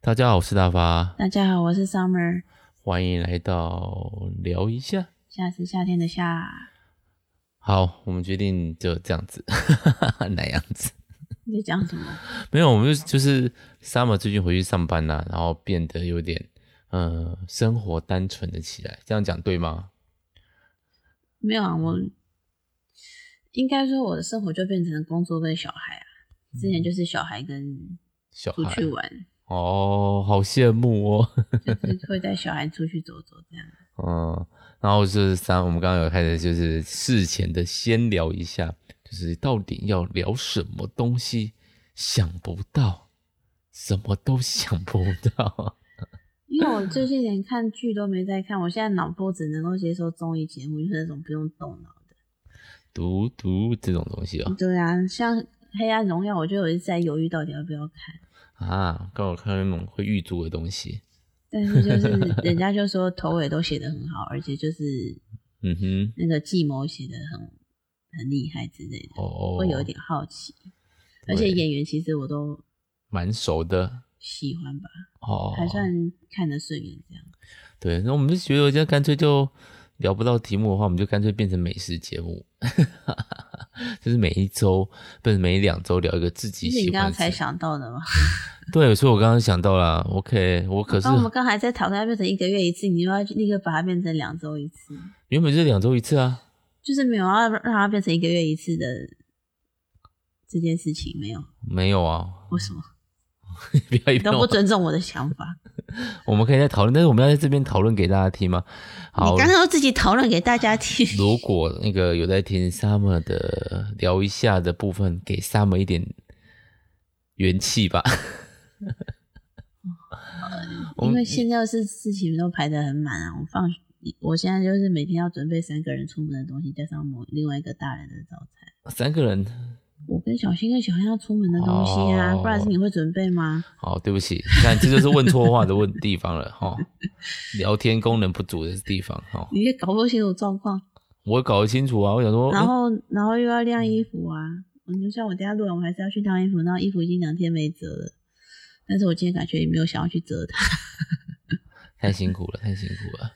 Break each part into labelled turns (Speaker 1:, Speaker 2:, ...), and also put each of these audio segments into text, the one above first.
Speaker 1: 大家好，我是大发，
Speaker 2: 大家好，我是 Summer，
Speaker 1: 欢迎来到聊一下。
Speaker 2: 夏是夏天的夏。
Speaker 1: 好，我们决定就这样子， 哪样子？
Speaker 2: 你在讲什么？
Speaker 1: 没有，我们就就是 Summer 最近回去上班啦、啊然后变得有点呃生活单纯了起来，这样讲对吗？
Speaker 2: 没有啊，我应该说我的生活就变成了工作跟小孩啊。之前就是小孩跟
Speaker 1: 小
Speaker 2: 出
Speaker 1: 孩
Speaker 2: 去玩，
Speaker 1: 哦，好羡慕哦。
Speaker 2: 就是会带小孩出去走走这样。
Speaker 1: 嗯，然后就是三，我们刚刚有开始就是事前的先聊一下，就是到底要聊什么东西，想不到，什么都想不到。
Speaker 2: 因为我最近连看剧都没在看，我现在脑波只能够接受综艺节目，就是那种不用动脑的。
Speaker 1: 读读这种东西哦，
Speaker 2: 对啊，像《黑暗荣耀》，我就有一直在犹豫到底要不要看。
Speaker 1: 啊，刚好看到那种会预祝的东西，
Speaker 2: 但是就是人家就说头尾都写得很好，而且就是
Speaker 1: 嗯哼，
Speaker 2: 那个计谋写的很很厉害之类的，
Speaker 1: 哦，
Speaker 2: 会有一点好奇。
Speaker 1: 对
Speaker 2: 而且演员其实我都
Speaker 1: 蛮熟的
Speaker 2: 喜欢吧，
Speaker 1: 哦，
Speaker 2: 还算看得顺眼这样。
Speaker 1: 对。那我们就觉得，这干脆就聊不到题目的话，我们就干脆变成美食节目， 就是每一周不是每两周聊一个自己
Speaker 2: 其实
Speaker 1: 喜
Speaker 2: 你刚
Speaker 1: 欢
Speaker 2: 刚
Speaker 1: 吃
Speaker 2: 才。想到的嘛，
Speaker 1: 对，所以我刚刚想到了，OK，我可是
Speaker 2: 哦刚我们刚还在讨论要变成一个月一次，你又要立刻把它变成两周一次，
Speaker 1: 原本是两周一次啊，
Speaker 2: 就是没有要让它变成一个月一次的这件事情，没有。
Speaker 1: 没有啊，
Speaker 2: 为什么
Speaker 1: 不要一
Speaker 2: 你
Speaker 1: 边
Speaker 2: 哦都不尊重我的想法？
Speaker 1: 我们可以再讨论，但是我们要在这边讨论给大家听吗？好
Speaker 2: 你，刚刚都自己讨论给大家听，
Speaker 1: 如果那个有在听 Summer 的聊一下的部分，给 Summer 一点元气吧。 我
Speaker 2: 因
Speaker 1: 们
Speaker 2: 为现在是事情都排得很满啊，我放我现在就是每天要准备三个人出门的东西，加上某另外一个大人的早餐。
Speaker 1: 三个人，
Speaker 2: 我跟小新跟小汉要出门的东西啊，
Speaker 1: 哦
Speaker 2: 不然是你会准备吗？
Speaker 1: 好，对不起，你看这就是问错话的问地方了哈、聊天功能不足的地方哈、
Speaker 2: 你也搞不清楚状况，
Speaker 1: 我搞得清楚啊，我想嗯说，
Speaker 2: 然后然后又要晾衣服啊。我就像我等一下录完，我还是要去晾衣服，然后衣服已经两天没折了，但是我今天感觉也没有想要去折它。
Speaker 1: 太 辛苦了，太辛苦了。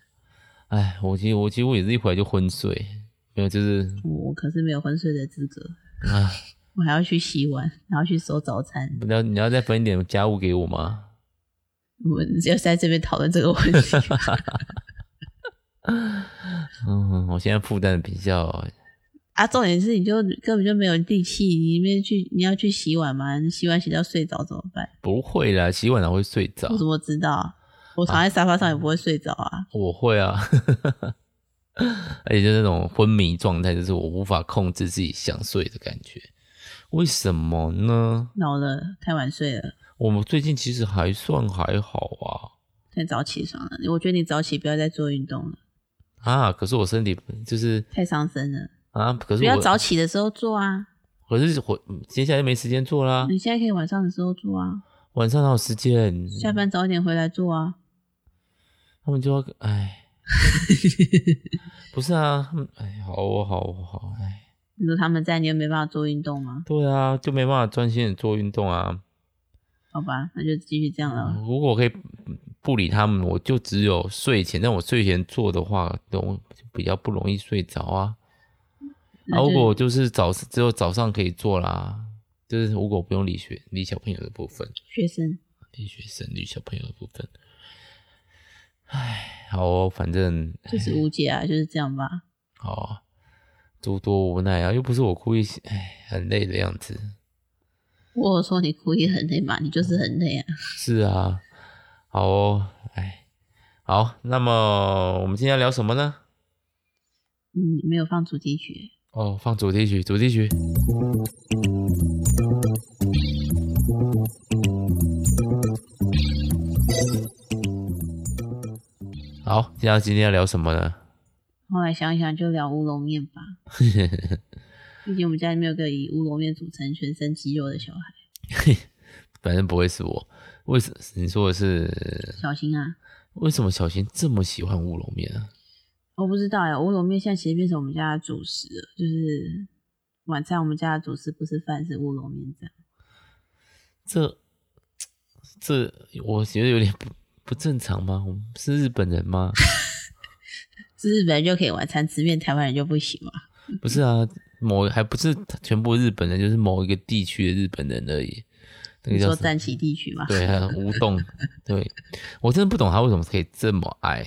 Speaker 1: 哎，我其实我其实我也是一回来就昏睡，没有就是
Speaker 2: 我可是没有昏睡的资格，
Speaker 1: 啊，
Speaker 2: 我还要去洗碗，然后去收早餐。
Speaker 1: 你要你要再分一点家务给我吗？
Speaker 2: 我们就在这边讨论这个问题。
Speaker 1: 嗯，我现在负担比较，
Speaker 2: 啊，重点是你就根本就没有力气，你面去你要去洗碗吗？你洗碗洗到睡着怎么办？
Speaker 1: 不会啦，洗碗哪会睡着
Speaker 2: 我？怎么知道？啊我躺在沙发上也不会睡着啊。
Speaker 1: 我会啊， 而且就是那种昏迷状态，就是我无法控制自己想睡的感觉。为什么呢？
Speaker 2: 老了，太晚睡了，
Speaker 1: 我们最近其实还算还好
Speaker 2: 太早起床了。我觉得你早起不要再做运动了，
Speaker 1: 啊啊！可是我身体就是
Speaker 2: 太伤身了。
Speaker 1: 啊，可是
Speaker 2: 不要
Speaker 1: 我
Speaker 2: 早起的时候做啊，
Speaker 1: 可是我嗯接下来就没时间做啦，
Speaker 2: 你现在可以晚上的时候做啊，
Speaker 1: 晚上哪有时间？
Speaker 2: 下班早一点回来做啊。
Speaker 1: 他们就要哎，不是啊，他们哎，好我好我好哎，
Speaker 2: 你说他们在，你又没办法做运动吗？
Speaker 1: 对啊，就没办法专心的做运动啊。
Speaker 2: 好吧，那就继续这样了。
Speaker 1: 如果我可以嗯不理他们，我就只有睡前，但我睡前做的话，容比较不容易睡着啊。
Speaker 2: 那
Speaker 1: 啊，如
Speaker 2: 就
Speaker 1: 果就是早只有早上可以做啦，就是如果不用理学理小朋友的部分。
Speaker 2: 学生，
Speaker 1: 理学生、理小朋友的部分。唉，好哦，反正
Speaker 2: 就是无解啊，就是这样吧。
Speaker 1: 好啊，诸多无奈啊，又不是我故意，唉，很累的样子。
Speaker 2: 我有说你故意很累嘛，你就是很累啊。
Speaker 1: 是啊，好哦，唉，好，那么我们今天要聊什么呢？
Speaker 2: 嗯，没有放主题曲。
Speaker 1: 哦，放主题曲，主题曲。好，接下来今天要聊什么呢？
Speaker 2: 后来想一想，就聊乌龙面 吧。毕竟我们家里面有个以乌龙面组成全身肌肉的小孩，
Speaker 1: 反正不会是我。为什你说的是
Speaker 2: 小新啊，
Speaker 1: 为什么小新这么喜欢乌龙面啊？
Speaker 2: 我不知道呀。乌龙面现在其实变成我们家的主食了，就是晚餐我们家的主食不是饭是乌龙面这样。
Speaker 1: 这这我觉得有点不不正常吗？我们是日本人 吗？
Speaker 2: 是日本人就可以晚餐吃面，台湾人就不行嘛？
Speaker 1: 不是啊，某还不是全部日本人，就是某一个地区的日本人而已。那
Speaker 2: 你
Speaker 1: 个叫
Speaker 2: 说
Speaker 1: 什么？
Speaker 2: 战旗地区 嘛？
Speaker 1: 对，还有乌冬，对我真的不懂他为什么可以这么爱。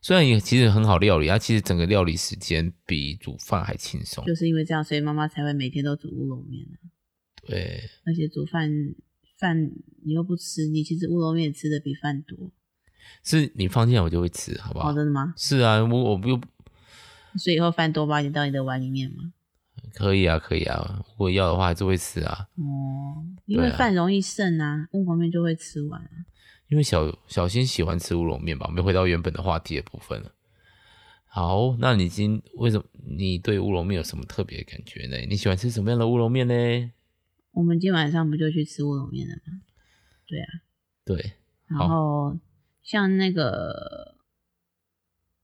Speaker 1: 虽然也其实很好料理，它其实整个料理时间比煮饭还轻松。
Speaker 2: 就是因为这样，所以妈妈才会每天都煮乌龙面啊
Speaker 1: 对，
Speaker 2: 而且煮饭饭你又不吃，你其实乌龙面吃的比饭多。
Speaker 1: 是你放进来我就会吃，好不好？
Speaker 2: 哦，真的吗？
Speaker 1: 是啊，我我不又
Speaker 2: 所以以后饭多挖一点到你的碗里面嘛。
Speaker 1: 可以啊，可以啊。如果要的话，还是会吃啊。
Speaker 2: 哦，因
Speaker 1: 对
Speaker 2: 为
Speaker 1: 啊
Speaker 2: 饭容易剩啊，乌龙面就会吃完啊。
Speaker 1: 因为小小新喜欢吃乌龙面吧，我们回到原本的话题的部分了。好，那你今为什么你对乌龙面有什么特别的感觉呢？你喜欢吃什么样的乌龙面呢？
Speaker 2: 我们今晚上不就去吃乌龙面了吗？
Speaker 1: 对，好
Speaker 2: 然后像那个，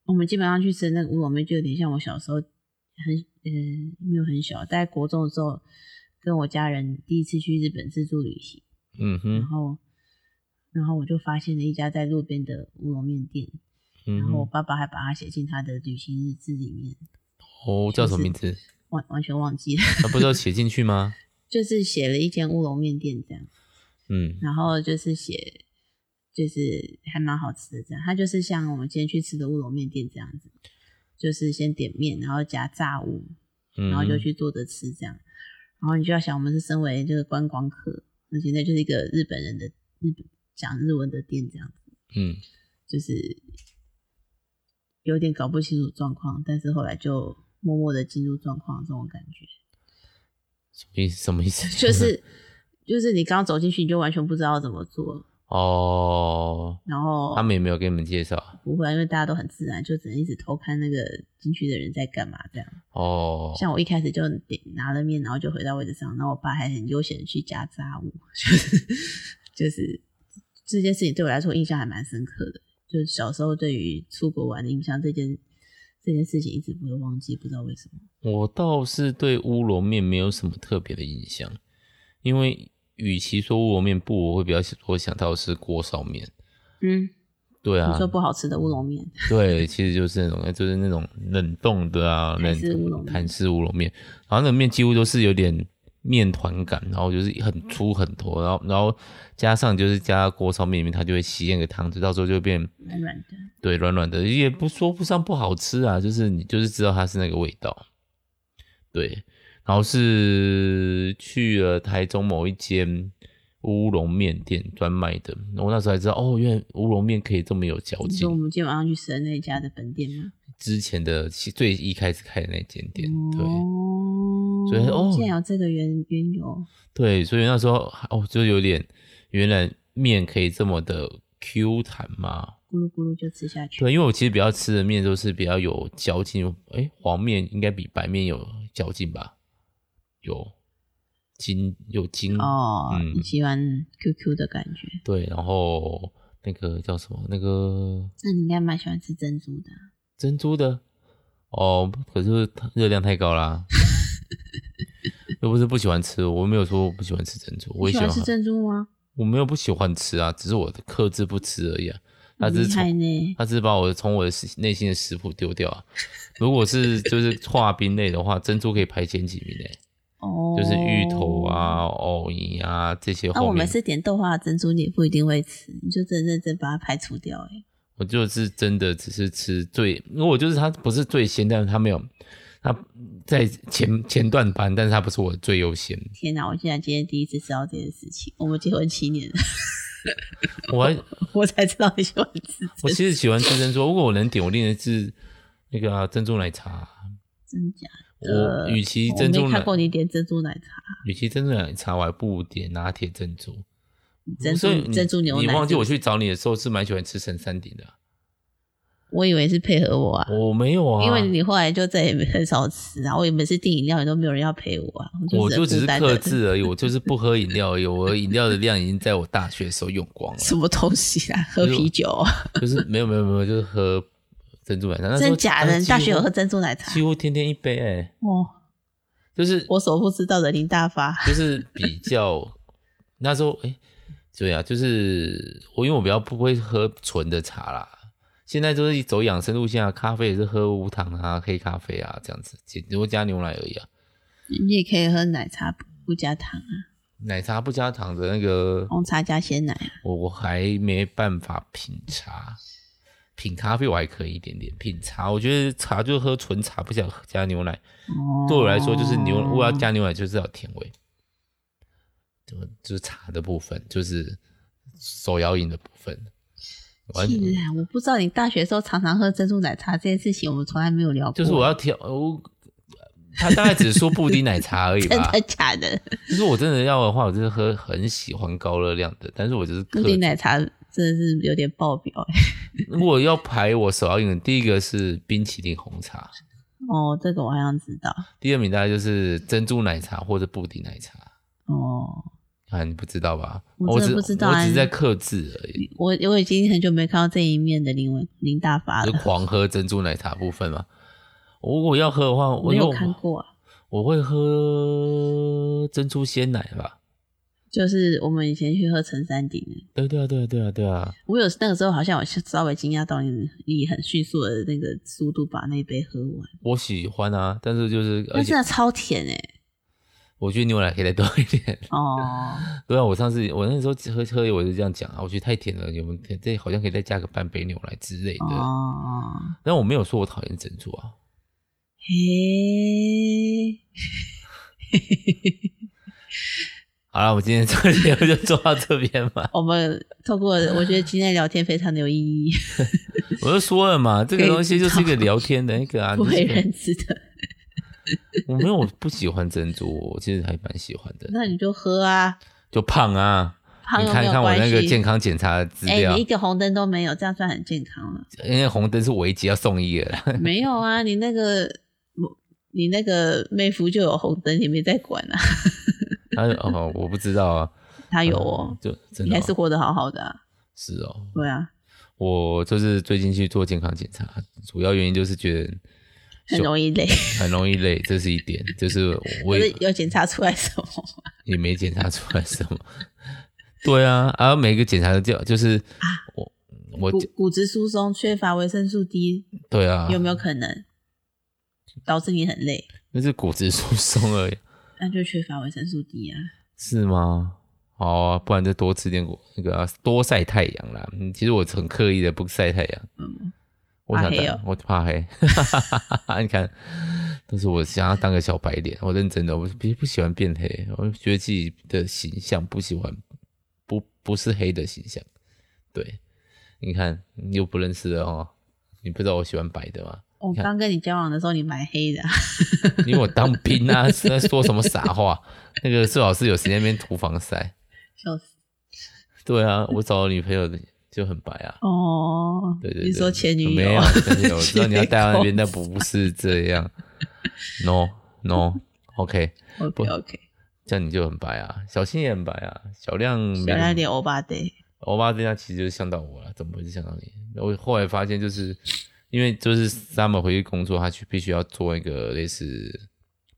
Speaker 2: 我们基本上去吃的那个乌龙面，就有点像我小时候很嗯、没有很小，在国中的时候，跟我家人第一次去日本自助旅行，
Speaker 1: 嗯哼，
Speaker 2: 然后然后我就发现了一家在路边的乌龙面店，
Speaker 1: 嗯
Speaker 2: 然后我
Speaker 1: 哼，
Speaker 2: 爸爸还把它写进他的旅行日志里面，
Speaker 1: 哦，叫什么名字？
Speaker 2: 完完全忘记了，
Speaker 1: 那、不知道写进去吗？
Speaker 2: 就是写了一间乌龙面店这样。
Speaker 1: 嗯，
Speaker 2: 然后就是写，就是还蛮好吃的这样。它就是像我们今天去吃的乌龙面店这样子，就是先点面，然后加炸物，
Speaker 1: 嗯
Speaker 2: 然后就去坐着吃这样。然后你就要想，我们是身为这个观光客，而且那就是一个日本人的日本讲日文的店这样子，
Speaker 1: 嗯，
Speaker 2: 就是有点搞不清楚状况，但是后来就默默的进入状况这种感觉。
Speaker 1: 什么意思？什么意思？
Speaker 2: 就是就是你刚走进去，你就完全不知道怎么做，
Speaker 1: 哦，
Speaker 2: 然后
Speaker 1: 他们也没有给你们介绍
Speaker 2: 不会啊，因为大家都很自然，就只能一直偷看那个进去的人在干嘛这样。
Speaker 1: 哦，
Speaker 2: 像我一开始就点拿了面，然后就回到位置上，然后我爸还很悠闲的去夹杂物， 就是就是这件事情对我来说印象还蛮深刻的。就是小时候对于出国玩的印象，这件这件事情一直不会忘记，不知道为什么。
Speaker 1: 我倒是对乌龙面没有什么特别的印象，因为与其说乌龙面不，我会比较多想到的是锅烧面。
Speaker 2: 嗯，
Speaker 1: 对啊嗯
Speaker 2: 你，说不好吃的乌龙面，
Speaker 1: 对，其实就是那种，就是那种冷冻的啊，
Speaker 2: 韩式乌龙
Speaker 1: 冷
Speaker 2: 面
Speaker 1: 韩式乌龙面，然后那个面几乎都是有点面团感，然后就是很粗很坨，然后然后加上就是加锅烧面里面，它就会吸那个汤汁，到时候就会变
Speaker 2: 软软的。
Speaker 1: 对软软的，也不说不上不好吃啊，就是你就是知道它是那个味道，对，然后是去了台中某一间。乌龙面店专卖的，我那时候才知道哦，原来乌龙面可以这么有嚼
Speaker 2: 你
Speaker 1: 劲
Speaker 2: 说我。们今天晚上去吃的那一家的本店吗？
Speaker 1: 之前的其最一开始开的那间店，
Speaker 2: 哦
Speaker 1: 所以哦
Speaker 2: 竟然有这个缘缘由。
Speaker 1: 对对，所以那时候哦，就有点原来面可以这么的 Q 弹嘛，
Speaker 2: 咕噜咕噜就吃下去。
Speaker 1: 对，因为我其实比较吃的面都是比较有嚼劲，哎，黄面应该比白面有嚼劲吧，有筋有筋，
Speaker 2: 哦，
Speaker 1: 嗯
Speaker 2: 你喜欢 QQ 的感觉，
Speaker 1: 对，然后那个叫什么那个
Speaker 2: 那你应该蛮喜欢吃珍珠的啊。
Speaker 1: 珍珠的哦，可是它热量太高 啦。又不是不喜欢吃，我没有说我不喜欢吃珍珠，我也
Speaker 2: 你
Speaker 1: 喜
Speaker 2: 喜
Speaker 1: 欢
Speaker 2: 欢吃珍珠吗？
Speaker 1: 我没有不喜欢吃啊，只是我的克制不吃而已啊。他
Speaker 2: 很
Speaker 1: 只是
Speaker 2: 厉害
Speaker 1: 从
Speaker 2: 呢。
Speaker 1: 他只是把我从我的食内心的食谱丢掉啊。如果是就是化冰类的话，珍珠可以排前几名诶、
Speaker 2: 哦，
Speaker 1: 就是芋头。啊、藕泥啊这些
Speaker 2: 那、
Speaker 1: 后
Speaker 2: 哦我
Speaker 1: 面
Speaker 2: 们，是点豆花的珍珠，你也不一定会吃，你就真认真把它排除掉、欸。
Speaker 1: 我就是真的只是吃最，因为我就是它不是最鲜，但是它没有，它在前前段班，但是它不是我的最优先。
Speaker 2: 天哪！我竟然今天第一次知道这件事情。我们结婚七年了，
Speaker 1: 我还
Speaker 2: 我才知道你喜欢吃
Speaker 1: 我
Speaker 2: 珍珠，
Speaker 1: 其实喜欢吃珍珠，如果我能点，我一定是那个啊、珍珠奶茶啊。
Speaker 2: 真假？哦
Speaker 1: 我与其
Speaker 2: 我
Speaker 1: 珍珠
Speaker 2: 没
Speaker 1: 奶
Speaker 2: 看过你点珍珠奶茶，
Speaker 1: 与其珍珠奶茶，我还不如点拿铁珍珠。
Speaker 2: 珍
Speaker 1: 所以
Speaker 2: 珠
Speaker 1: 你
Speaker 2: 珍珠牛奶
Speaker 1: 你忘记
Speaker 2: 是不
Speaker 1: 我
Speaker 2: 是
Speaker 1: 去找你的时候是蛮喜欢吃神山顶的啊、
Speaker 2: 我以为是配合我啊。
Speaker 1: 我没有啊，
Speaker 2: 因为你后来就再也没很少吃啊，我也每次订饮料也都没有人要陪我啊，
Speaker 1: 我
Speaker 2: 我
Speaker 1: 就
Speaker 2: 就
Speaker 1: 只是
Speaker 2: 孤单地
Speaker 1: 克制而已，我就是不喝饮料而已。我饮料的量已经在我大学的时候用光了，
Speaker 2: 什么东西啊，喝啤酒哦，
Speaker 1: 就是没有没有没有，就是喝珍珠奶茶。那时候
Speaker 2: 真假的？
Speaker 1: 哎
Speaker 2: 你
Speaker 1: 几乎
Speaker 2: 大学有喝珍珠奶茶
Speaker 1: 几？乎天天一杯哎、
Speaker 2: 哦，
Speaker 1: 就是
Speaker 2: 我所不知道的林大发，
Speaker 1: 就是比较那时候哎、对啊，就是我因为我比较不会喝纯的茶啦，现在都是走养生路线啊，咖啡也是喝无糖啊、黑咖啡啊这样子，顶多加牛奶而已啊。
Speaker 2: 你也可以喝奶茶不不加糖啊，
Speaker 1: 奶茶不加糖的那个，
Speaker 2: 红茶加鲜奶啊。
Speaker 1: 我我还没办法品茶，品咖啡我还可以一点点，品茶我觉得茶就喝纯茶，不想加牛奶。
Speaker 2: 哦，
Speaker 1: 对我来说就是牛，我要加牛奶就是要甜味，就就是茶的部分，就是手摇饮的部分。完
Speaker 2: 既然我不知道你大学的时候常常喝珍珠奶茶这件事情，我们从来没有聊过。
Speaker 1: 就是我要调，我他大概只是说布丁奶茶而已
Speaker 2: 真
Speaker 1: 吧。
Speaker 2: 的假的？
Speaker 1: 就是我真的要的话，我就是喝很喜欢高热量的，但是我就是
Speaker 2: 布
Speaker 1: 克
Speaker 2: 丁
Speaker 1: 制。
Speaker 2: 奶茶真的是有点爆表哎、
Speaker 1: 如果要排我手摇饮，第一个是冰淇淋红茶，
Speaker 2: 哦，这个我好像知道。
Speaker 1: 第二名大概就是珍珠奶茶或者布丁奶茶。
Speaker 2: 哦，
Speaker 1: 啊，你不知道吧？
Speaker 2: 我真
Speaker 1: 只
Speaker 2: 的不知道
Speaker 1: 我
Speaker 2: 啊
Speaker 1: 只是在克制而已，
Speaker 2: 我我已经很久没看到这一面的林文林大发
Speaker 1: 就
Speaker 2: 了，
Speaker 1: 狂喝珍珠奶茶部分嘛。如果要喝的话，我
Speaker 2: 没有
Speaker 1: 因为
Speaker 2: 看过啊。
Speaker 1: 我会喝珍珠鲜奶吧。
Speaker 2: 就是我们以前去喝陈山顶的，
Speaker 1: 对对啊，对啊，对啊，对啊。
Speaker 2: 我有那个时候好像我稍微惊讶到你，以很迅速的那个速度把那杯喝完，
Speaker 1: 我喜欢啊，但是就是而
Speaker 2: 但
Speaker 1: 且
Speaker 2: 真的超甜哎、
Speaker 1: 我觉得牛奶可以再多一点。
Speaker 2: 哦，
Speaker 1: 对啊，我上次我那时候喝喝我就这样讲啊，我觉得太甜了，你们可以这好像可以再加个半杯牛奶之类的。
Speaker 2: 哦，
Speaker 1: 但我没有说我讨厌珍珠啊，
Speaker 2: 嘿，。
Speaker 1: 好了，我今天这个节 目就做到这边吧
Speaker 2: 我们透过我觉得今天聊天非常的有意 义，
Speaker 1: 我就说了嘛，这个东西就是一个
Speaker 2: 可以知道
Speaker 1: 聊天的那个 啊。
Speaker 2: 不为
Speaker 1: 就是
Speaker 2: 人知的。
Speaker 1: 我没有不喜欢珍珠，我其实还蛮喜欢的。
Speaker 2: 那你就喝啊，
Speaker 1: 就胖啊，
Speaker 2: 胖
Speaker 1: 你
Speaker 2: 又
Speaker 1: 看一
Speaker 2: 没有
Speaker 1: 看我
Speaker 2: 关
Speaker 1: 那个健
Speaker 2: 系。
Speaker 1: 康检查的资
Speaker 2: 哎、
Speaker 1: 料
Speaker 2: 你一，个红灯都没有，这样算很健康了。
Speaker 1: 因为红灯是唯一要送医的啦。
Speaker 2: 没有啊，你那个你那个妹夫就有红灯，你没在管啊？
Speaker 1: 他哦，我不知道啊。
Speaker 2: 他有哦，
Speaker 1: 就真
Speaker 2: 你
Speaker 1: 的
Speaker 2: 还
Speaker 1: 哦、
Speaker 2: 是活得好好的、啊。
Speaker 1: 是哦，
Speaker 2: 对啊，
Speaker 1: 我就是最近去做健康检查，主要原因就是觉得
Speaker 2: 很容易累，
Speaker 1: 很容易累，这是一点，就是我
Speaker 2: 可是
Speaker 1: 也
Speaker 2: 有检查出来什么
Speaker 1: 也没检查出来什么。 对啊，啊，每个检查的叫就是
Speaker 2: 啊
Speaker 1: 我 我
Speaker 2: 骨骨质疏松、缺乏维生素 D，
Speaker 1: 对啊，
Speaker 2: 有没有可能导致你很累？
Speaker 1: 那是骨质疏松而 已，
Speaker 2: 那就缺乏维生素 D 啊。
Speaker 1: 是吗？好啊，不然就多吃点果那个啊、多晒太阳啦。嗯其实我很刻意的不晒太阳，
Speaker 2: 嗯，
Speaker 1: 我想
Speaker 2: 怕黑
Speaker 1: 当
Speaker 2: 哦
Speaker 1: 我怕黑， 你看，但是我想要当个小白脸，我认真的，我不不喜欢变黑，我觉得自己的形象不喜欢，不不是黑的形象。对，你看你又不认识了哦，你不知道我喜欢白的吗？
Speaker 2: 我刚跟你交往的时候，你蛮黑的啊、
Speaker 1: 因为我当兵啊，是在说什么傻话？那个最好是有时间那边涂防晒。
Speaker 2: 笑死。
Speaker 1: 对啊，我找的女朋友就很白啊。
Speaker 2: 哦，
Speaker 1: 对对对，
Speaker 2: 你说前女友？
Speaker 1: 没有啊前女友，我知道你要带到那 边，但
Speaker 2: 的
Speaker 1: 不是这样。No No，OK，、
Speaker 2: OK OK，
Speaker 1: 这样你就很白啊，小新也很白啊，小亮没啊
Speaker 2: 小亮脸欧巴 day，
Speaker 1: 欧巴这样其实就是像到我了，怎么会是像到你？我后来发现就是因为就是 Summer 回去工作，他去必须要做一个类似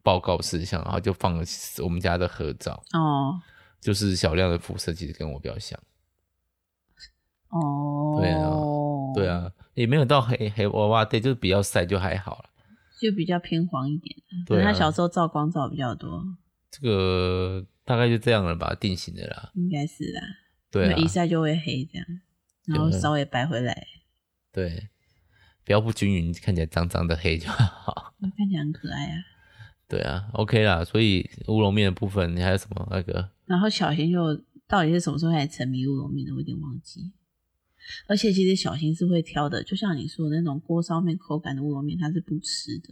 Speaker 1: 报告事项，然后就放了我们家的合照，
Speaker 2: 哦
Speaker 1: 就是小亮的肤色其实跟我比较像，
Speaker 2: 哦，
Speaker 1: 对啊对，啊，也没有到黑黑欧巴对，就是比较晒就还好了。
Speaker 2: 就比较偏黄一点。可
Speaker 1: 对
Speaker 2: 能
Speaker 1: 啊，
Speaker 2: 嗯他小时候照光照比较多，
Speaker 1: 这个大概就这样了吧，定型的啦。
Speaker 2: 应该是啦，
Speaker 1: 对
Speaker 2: 因为一
Speaker 1: 啊，
Speaker 2: 晒就会黑这样，然后
Speaker 1: 有的
Speaker 2: 稍微白回来，
Speaker 1: 对，不要不均匀，看起来脏脏的黑就好。
Speaker 2: 看起来很可爱啊。
Speaker 1: 对啊，OK 啦。所以乌龙面的部分，你还有什么那个？
Speaker 2: 然后小新就到底是什么时候开始沉迷乌龙面的，我有点忘记。而且其实小新是会挑的，就像你说的那种锅烧面口感的乌龙面，他是不吃的。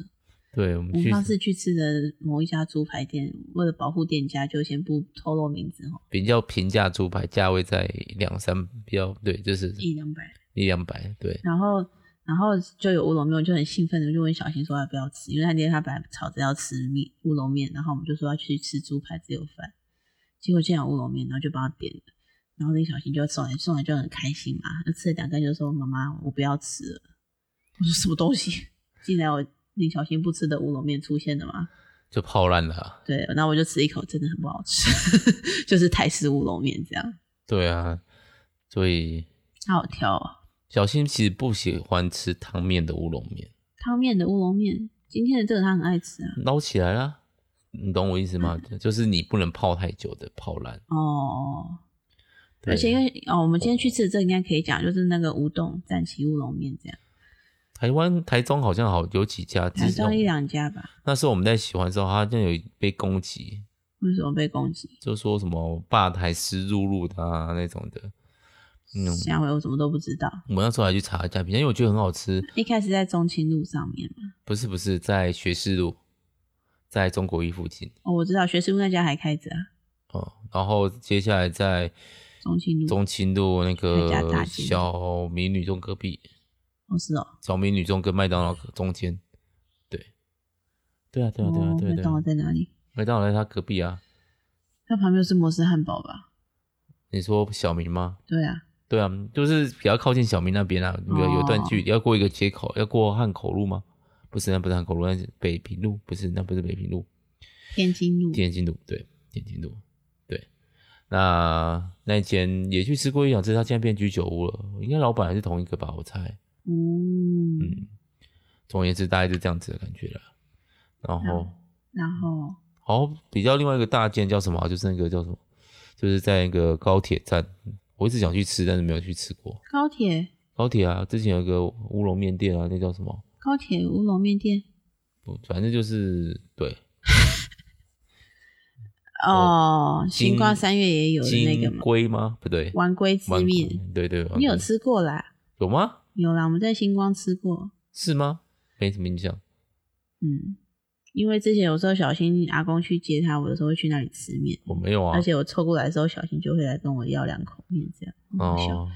Speaker 1: 对，我们
Speaker 2: 我们
Speaker 1: 去
Speaker 2: 上次去吃的某一家猪排店，为了保护店家，就先不透露名字哦，
Speaker 1: 比较平价猪排，价位在两三，比较对，就是
Speaker 2: 一两百。
Speaker 1: 一两百，对，
Speaker 2: 然后，然后就有乌龙面，我就很兴奋的就问小新说要不要吃，因为他那天他本来吵着要吃面乌龙面，然后我们就说要去吃猪排自由饭，结果竟然有乌龙面，然后就帮他点了。然后那个小新就送来，送来就很开心嘛，就吃了两根就说妈妈我不要吃了，我说什么东西？竟然我那小新不吃的乌龙面出现了嘛？
Speaker 1: 就泡烂了啊。
Speaker 2: 对，然后我就吃一口，真的很不好吃，就是台式乌龙面这样。
Speaker 1: 对啊，所以
Speaker 2: 它好挑啊。
Speaker 1: 小新其实不喜欢吃汤面的乌龙面，
Speaker 2: 汤面的乌龙面，今天的这个他很爱吃啊。
Speaker 1: 捞起来啦，你懂我意思吗？
Speaker 2: 嗯
Speaker 1: 就是你不能泡太久的，泡烂。
Speaker 2: 哦，
Speaker 1: 对
Speaker 2: 而且因为哦，我们今天去吃的这个应该可以讲，就是那个乌冬战旗乌龙面这样，
Speaker 1: 台湾台中好像好有几家
Speaker 2: 台
Speaker 1: 这种
Speaker 2: 中一，两家吧。
Speaker 1: 那时候我们在喜欢的时候，他就有被攻击，
Speaker 2: 为什么被攻击？
Speaker 1: 就说什么吧台湿漉漉的啊那种的。嗯，
Speaker 2: 下回我什么都不知道。
Speaker 1: 我那时候还去查一下评价，因为我觉得很好吃。
Speaker 2: 一开始在中清路上面嘛，
Speaker 1: 不是不是，在学士路，在中国一附近
Speaker 2: 哦，我知道学士路那家还开着啊，
Speaker 1: 哦。然后接下来在
Speaker 2: 中清路。
Speaker 1: 中清路那
Speaker 2: 那家大
Speaker 1: 个
Speaker 2: 街
Speaker 1: 小民女中隔壁，
Speaker 2: 哦，是哦，
Speaker 1: 小民女中跟麦当劳中间。对，对啊对啊对啊
Speaker 2: 哦
Speaker 1: 对啊
Speaker 2: 麦
Speaker 1: 对
Speaker 2: 当劳
Speaker 1: 啊，
Speaker 2: 在哪里？
Speaker 1: 麦当劳在他隔壁啊。
Speaker 2: 它旁边是摩斯汉堡吧？
Speaker 1: 你说小明吗？
Speaker 2: 对啊，
Speaker 1: 对啊，就是比较靠近小明那边啊，有有段
Speaker 2: 哦
Speaker 1: 距离，要过一个街口，要过汉口路吗？不是，那不是汉口路，那是北平路，不是，那不是北平路，
Speaker 2: 天津路。
Speaker 1: 天津路，对，天津路，对。那那间也去吃过一两次，它现在变居酒屋了，应该老板还是同一个吧，我猜。
Speaker 2: 哦嗯，
Speaker 1: 总而言之，大概就这样子的感觉了。然
Speaker 2: 嗯
Speaker 1: 后，
Speaker 2: 然后
Speaker 1: 好，比较另外一个大件叫什么啊？就是那个叫什么？就是在那个高铁站，我一直想去吃，但是没有去吃过。
Speaker 2: 高铁
Speaker 1: 高铁啊，之前有个乌龙面店啊，那叫什么？
Speaker 2: 高铁乌龙面店。
Speaker 1: 不，反正就是对，
Speaker 2: 哦，
Speaker 1: 金
Speaker 2: 星光三月也有的那个
Speaker 1: 金
Speaker 2: 嘛，
Speaker 1: 龟吗？不对，
Speaker 2: 丸龟之
Speaker 1: 丸
Speaker 2: 面，
Speaker 1: 对对，丸
Speaker 2: 你有
Speaker 1: 龟
Speaker 2: 吃过啦？
Speaker 1: 有吗？
Speaker 2: 有啦，我们在星光吃过。
Speaker 1: 是吗？没什么印象。
Speaker 2: 嗯，因为之前有时候小新阿公去接他，我有时候会去那里吃面，
Speaker 1: 我没有啊
Speaker 2: 而。且我凑过来的时候，小新就会来跟我要两口面这样。很好笑
Speaker 1: 哦，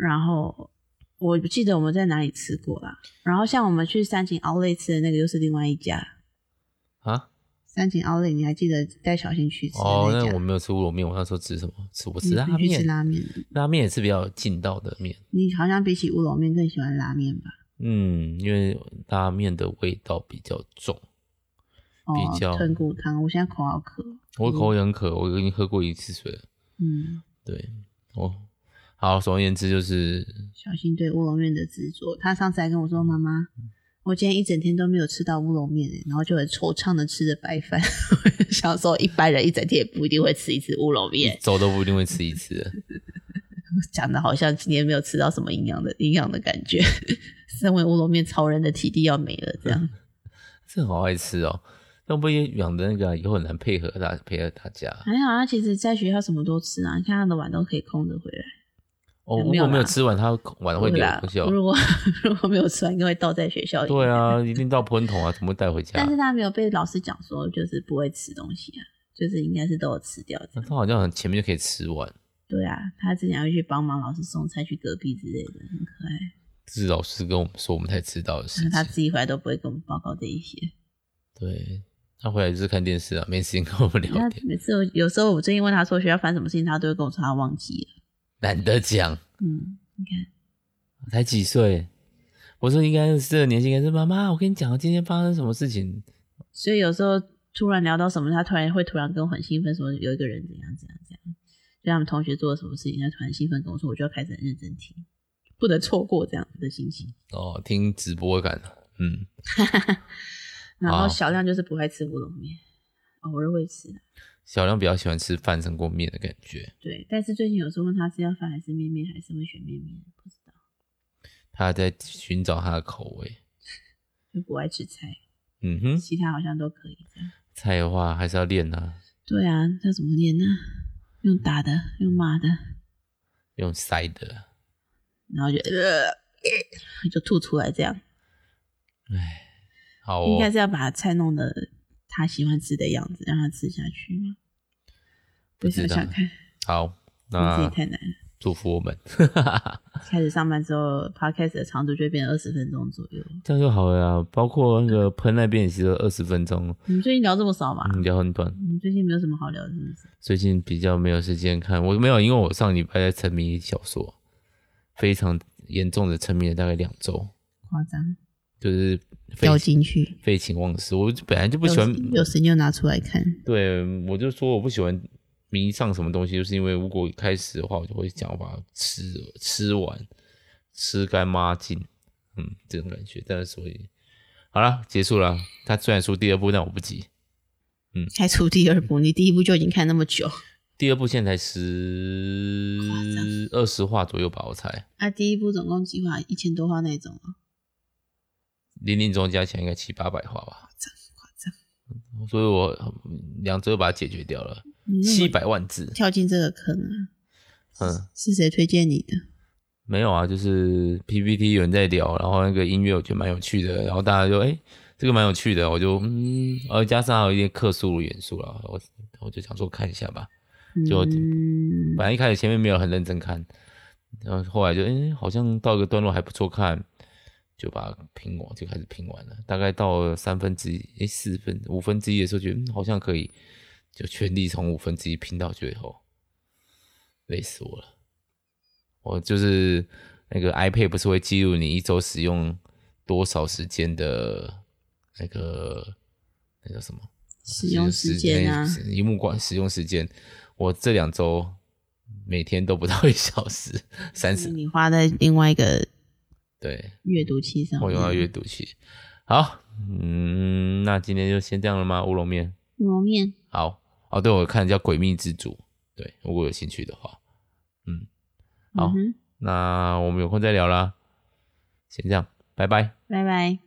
Speaker 2: 然后我记得我们在哪里吃过啦。然后像我们去三井奥莱吃的那个，又是另外一家。
Speaker 1: 啊，
Speaker 2: 三井奥莱，你还记得带小新去吃的
Speaker 1: 哦，
Speaker 2: 家？
Speaker 1: 那我没有吃乌龙面，我那时候吃什么？吃我吃
Speaker 2: 你
Speaker 1: 拉
Speaker 2: 你去吃
Speaker 1: 面，
Speaker 2: 拉面，
Speaker 1: 拉面也是比较劲道的面。
Speaker 2: 你好像比起乌龙面更喜欢拉面吧？
Speaker 1: 嗯，因为拉面的味道比较重，
Speaker 2: 哦，
Speaker 1: 比较
Speaker 2: 豚骨汤，我现在口好渴。哦
Speaker 1: 我口也很渴，我已经喝过一次水了。
Speaker 2: 嗯，
Speaker 1: 对，哦，好，总而言之就是
Speaker 2: 小新对乌龙面的执着，他上次还跟我说：“妈妈，
Speaker 1: 嗯
Speaker 2: 我今天一整天都没有吃到乌龙面耶，然后就很惆怅的吃着白饭。” 我就想说，一般人一整天也不一定会吃一次乌龙面，
Speaker 1: 粥都不一定会吃一次的。
Speaker 2: 讲的好像今天没有吃到什么营养的营养的感觉。 身为乌龙面超人的体力要没了，
Speaker 1: 嗯
Speaker 2: 这样
Speaker 1: 这好爱吃哦，要不然养的那个以后很难配合大配合大家。啊
Speaker 2: 还好啊他其实在学校什么都吃啊，你看他的碗都可以空着回来。
Speaker 1: 哦，如
Speaker 2: 没有
Speaker 1: 果
Speaker 2: 啦
Speaker 1: 没有吃完，它碗会
Speaker 2: 对
Speaker 1: 流
Speaker 2: 啦
Speaker 1: 东西哦。
Speaker 2: 如果 如果没有吃完，应该会倒在学校里。
Speaker 1: 对啊，一定到喷桶啊，怎么会带回家
Speaker 2: 但？是他没有被老师讲说就是不会吃东西啊，就是应该是都有吃掉这
Speaker 1: 那
Speaker 2: 样。
Speaker 1: 它好像很前面就可以吃完，
Speaker 2: 对啊，他之前会去帮忙老师送菜去隔壁之类的，很可爱。
Speaker 1: 这是老师跟我们说我们才知道的事
Speaker 2: 但是嗯他
Speaker 1: 情。
Speaker 2: 自己回来都不会跟我们报告这一些。
Speaker 1: 对，他回来就是看电视啊，没时间跟我们聊
Speaker 2: 他
Speaker 1: 天，
Speaker 2: 每次我有时候我最近问他说学校发生什么事情，他都会跟我说他忘记了。
Speaker 1: 懒得讲。
Speaker 2: 嗯，你看，
Speaker 1: 才几岁？我说应该是这个年纪，应该是妈妈。我跟你讲，啊今天发生什么事情？
Speaker 2: 所以有时候突然聊到什么，他突然会突然跟我很兴奋说有一个人怎样怎样怎样，就他们同学做了什么事情，他突然兴奋跟我说，我就要开始很认真听，不能错过这样子的心情。
Speaker 1: 哦，听直播感，嗯，
Speaker 2: 然后
Speaker 1: 好
Speaker 2: 小亮就是不爱吃乌龙面，偶尔会吃啊。
Speaker 1: 小亮比较喜欢吃饭胜过面的感觉。
Speaker 2: 对，但是最近有时候问他是要饭还是面面，还是会选面面，不知道，
Speaker 1: 他在寻找他的口味。
Speaker 2: 就不爱吃菜，
Speaker 1: 嗯哼，
Speaker 2: 其他好像都可以这样。
Speaker 1: 菜的话还是要练啊，
Speaker 2: 对啊，这怎么练呢、用打的，用骂的，
Speaker 1: 用塞的。
Speaker 2: 然后就呃，就吐出来这样。
Speaker 1: 好
Speaker 2: 应
Speaker 1: 哦，
Speaker 2: 该是要把菜弄得他喜欢吃的样子，让他吃下去吗？
Speaker 1: 不
Speaker 2: 不
Speaker 1: 知道
Speaker 2: 想想看，
Speaker 1: 好，
Speaker 2: 你自
Speaker 1: 那
Speaker 2: 己太难了。
Speaker 1: 祝福我们，
Speaker 2: 开始上班之后，podcast 的长度就会变成二十分钟左右。
Speaker 1: 这样就好了呀。包括那个喷那边也是二十分钟，
Speaker 2: 你们最近聊这么少吗？
Speaker 1: 嗯，聊很短。
Speaker 2: 你们最近没有什么好聊的，是不是？
Speaker 1: 最近比较没有时间看，我没有，因为我上礼拜在沉迷小说，非常严重的沉迷了大概两周，
Speaker 2: 夸张，
Speaker 1: 就是废
Speaker 2: 掉进去，
Speaker 1: 废寝忘食。我本来就不喜欢，
Speaker 2: 有有时间就拿出来看。
Speaker 1: 对，我就说我不喜欢迷上什么东西，就是因为如果一开始的话，我就会想要把它吃吃完，吃干抹净，嗯，这种感觉。但是所以好了，结束了。他虽然出第二部，但我不急。
Speaker 2: 才出第二部，你第一部就已经看那么久，
Speaker 1: 第二部现在才十二十话左右吧，我猜。
Speaker 2: 啊，第一部总共计划一千多话那种啊，
Speaker 1: 零零总加起来应该七八百话吧，
Speaker 2: 真夸张！嗯
Speaker 1: 所以我嗯两周把它解决掉了，
Speaker 2: 你那么
Speaker 1: 七百万字。
Speaker 2: 跳进这个坑啊，
Speaker 1: 嗯，
Speaker 2: 是谁推荐你的？
Speaker 1: 没有啊，就是 PPT 有人在聊，然后那个音乐我觉得蛮有趣的，然后大家就哎、诶这个蛮有趣的，我就嗯，而加上还有一些克苏鲁元素啦，我我就想说看一下吧。就
Speaker 2: 嗯，
Speaker 1: 反正一开始前面没有很认真看，然后后来就哎、诶好像到一个段落还不错看，就把它拼完，就开始拼完了。大概到了三分之一，哎、四分五分之一的时候，觉得嗯好像可以，就全力从五分之一拼到最后，累死我了。我就是那个 iPad 不是会记录你一周使用多少时间的那个那叫什么？
Speaker 2: 使用时间啊，
Speaker 1: 就是荧幕光哎使用时间，我这两周每天都不到一小时，三
Speaker 2: 因
Speaker 1: 十
Speaker 2: 为你花在另外一个
Speaker 1: 对，
Speaker 2: 阅读器上面，
Speaker 1: 我用到阅读器。好，嗯，那今天就先这样了吗？乌龙面，
Speaker 2: 磨面，
Speaker 1: 好，哦，对，我看叫《诡秘之主》，对，如果有兴趣的话，好
Speaker 2: 嗯哼，
Speaker 1: 那我们有空再聊啦，先这样，拜拜。
Speaker 2: 拜拜。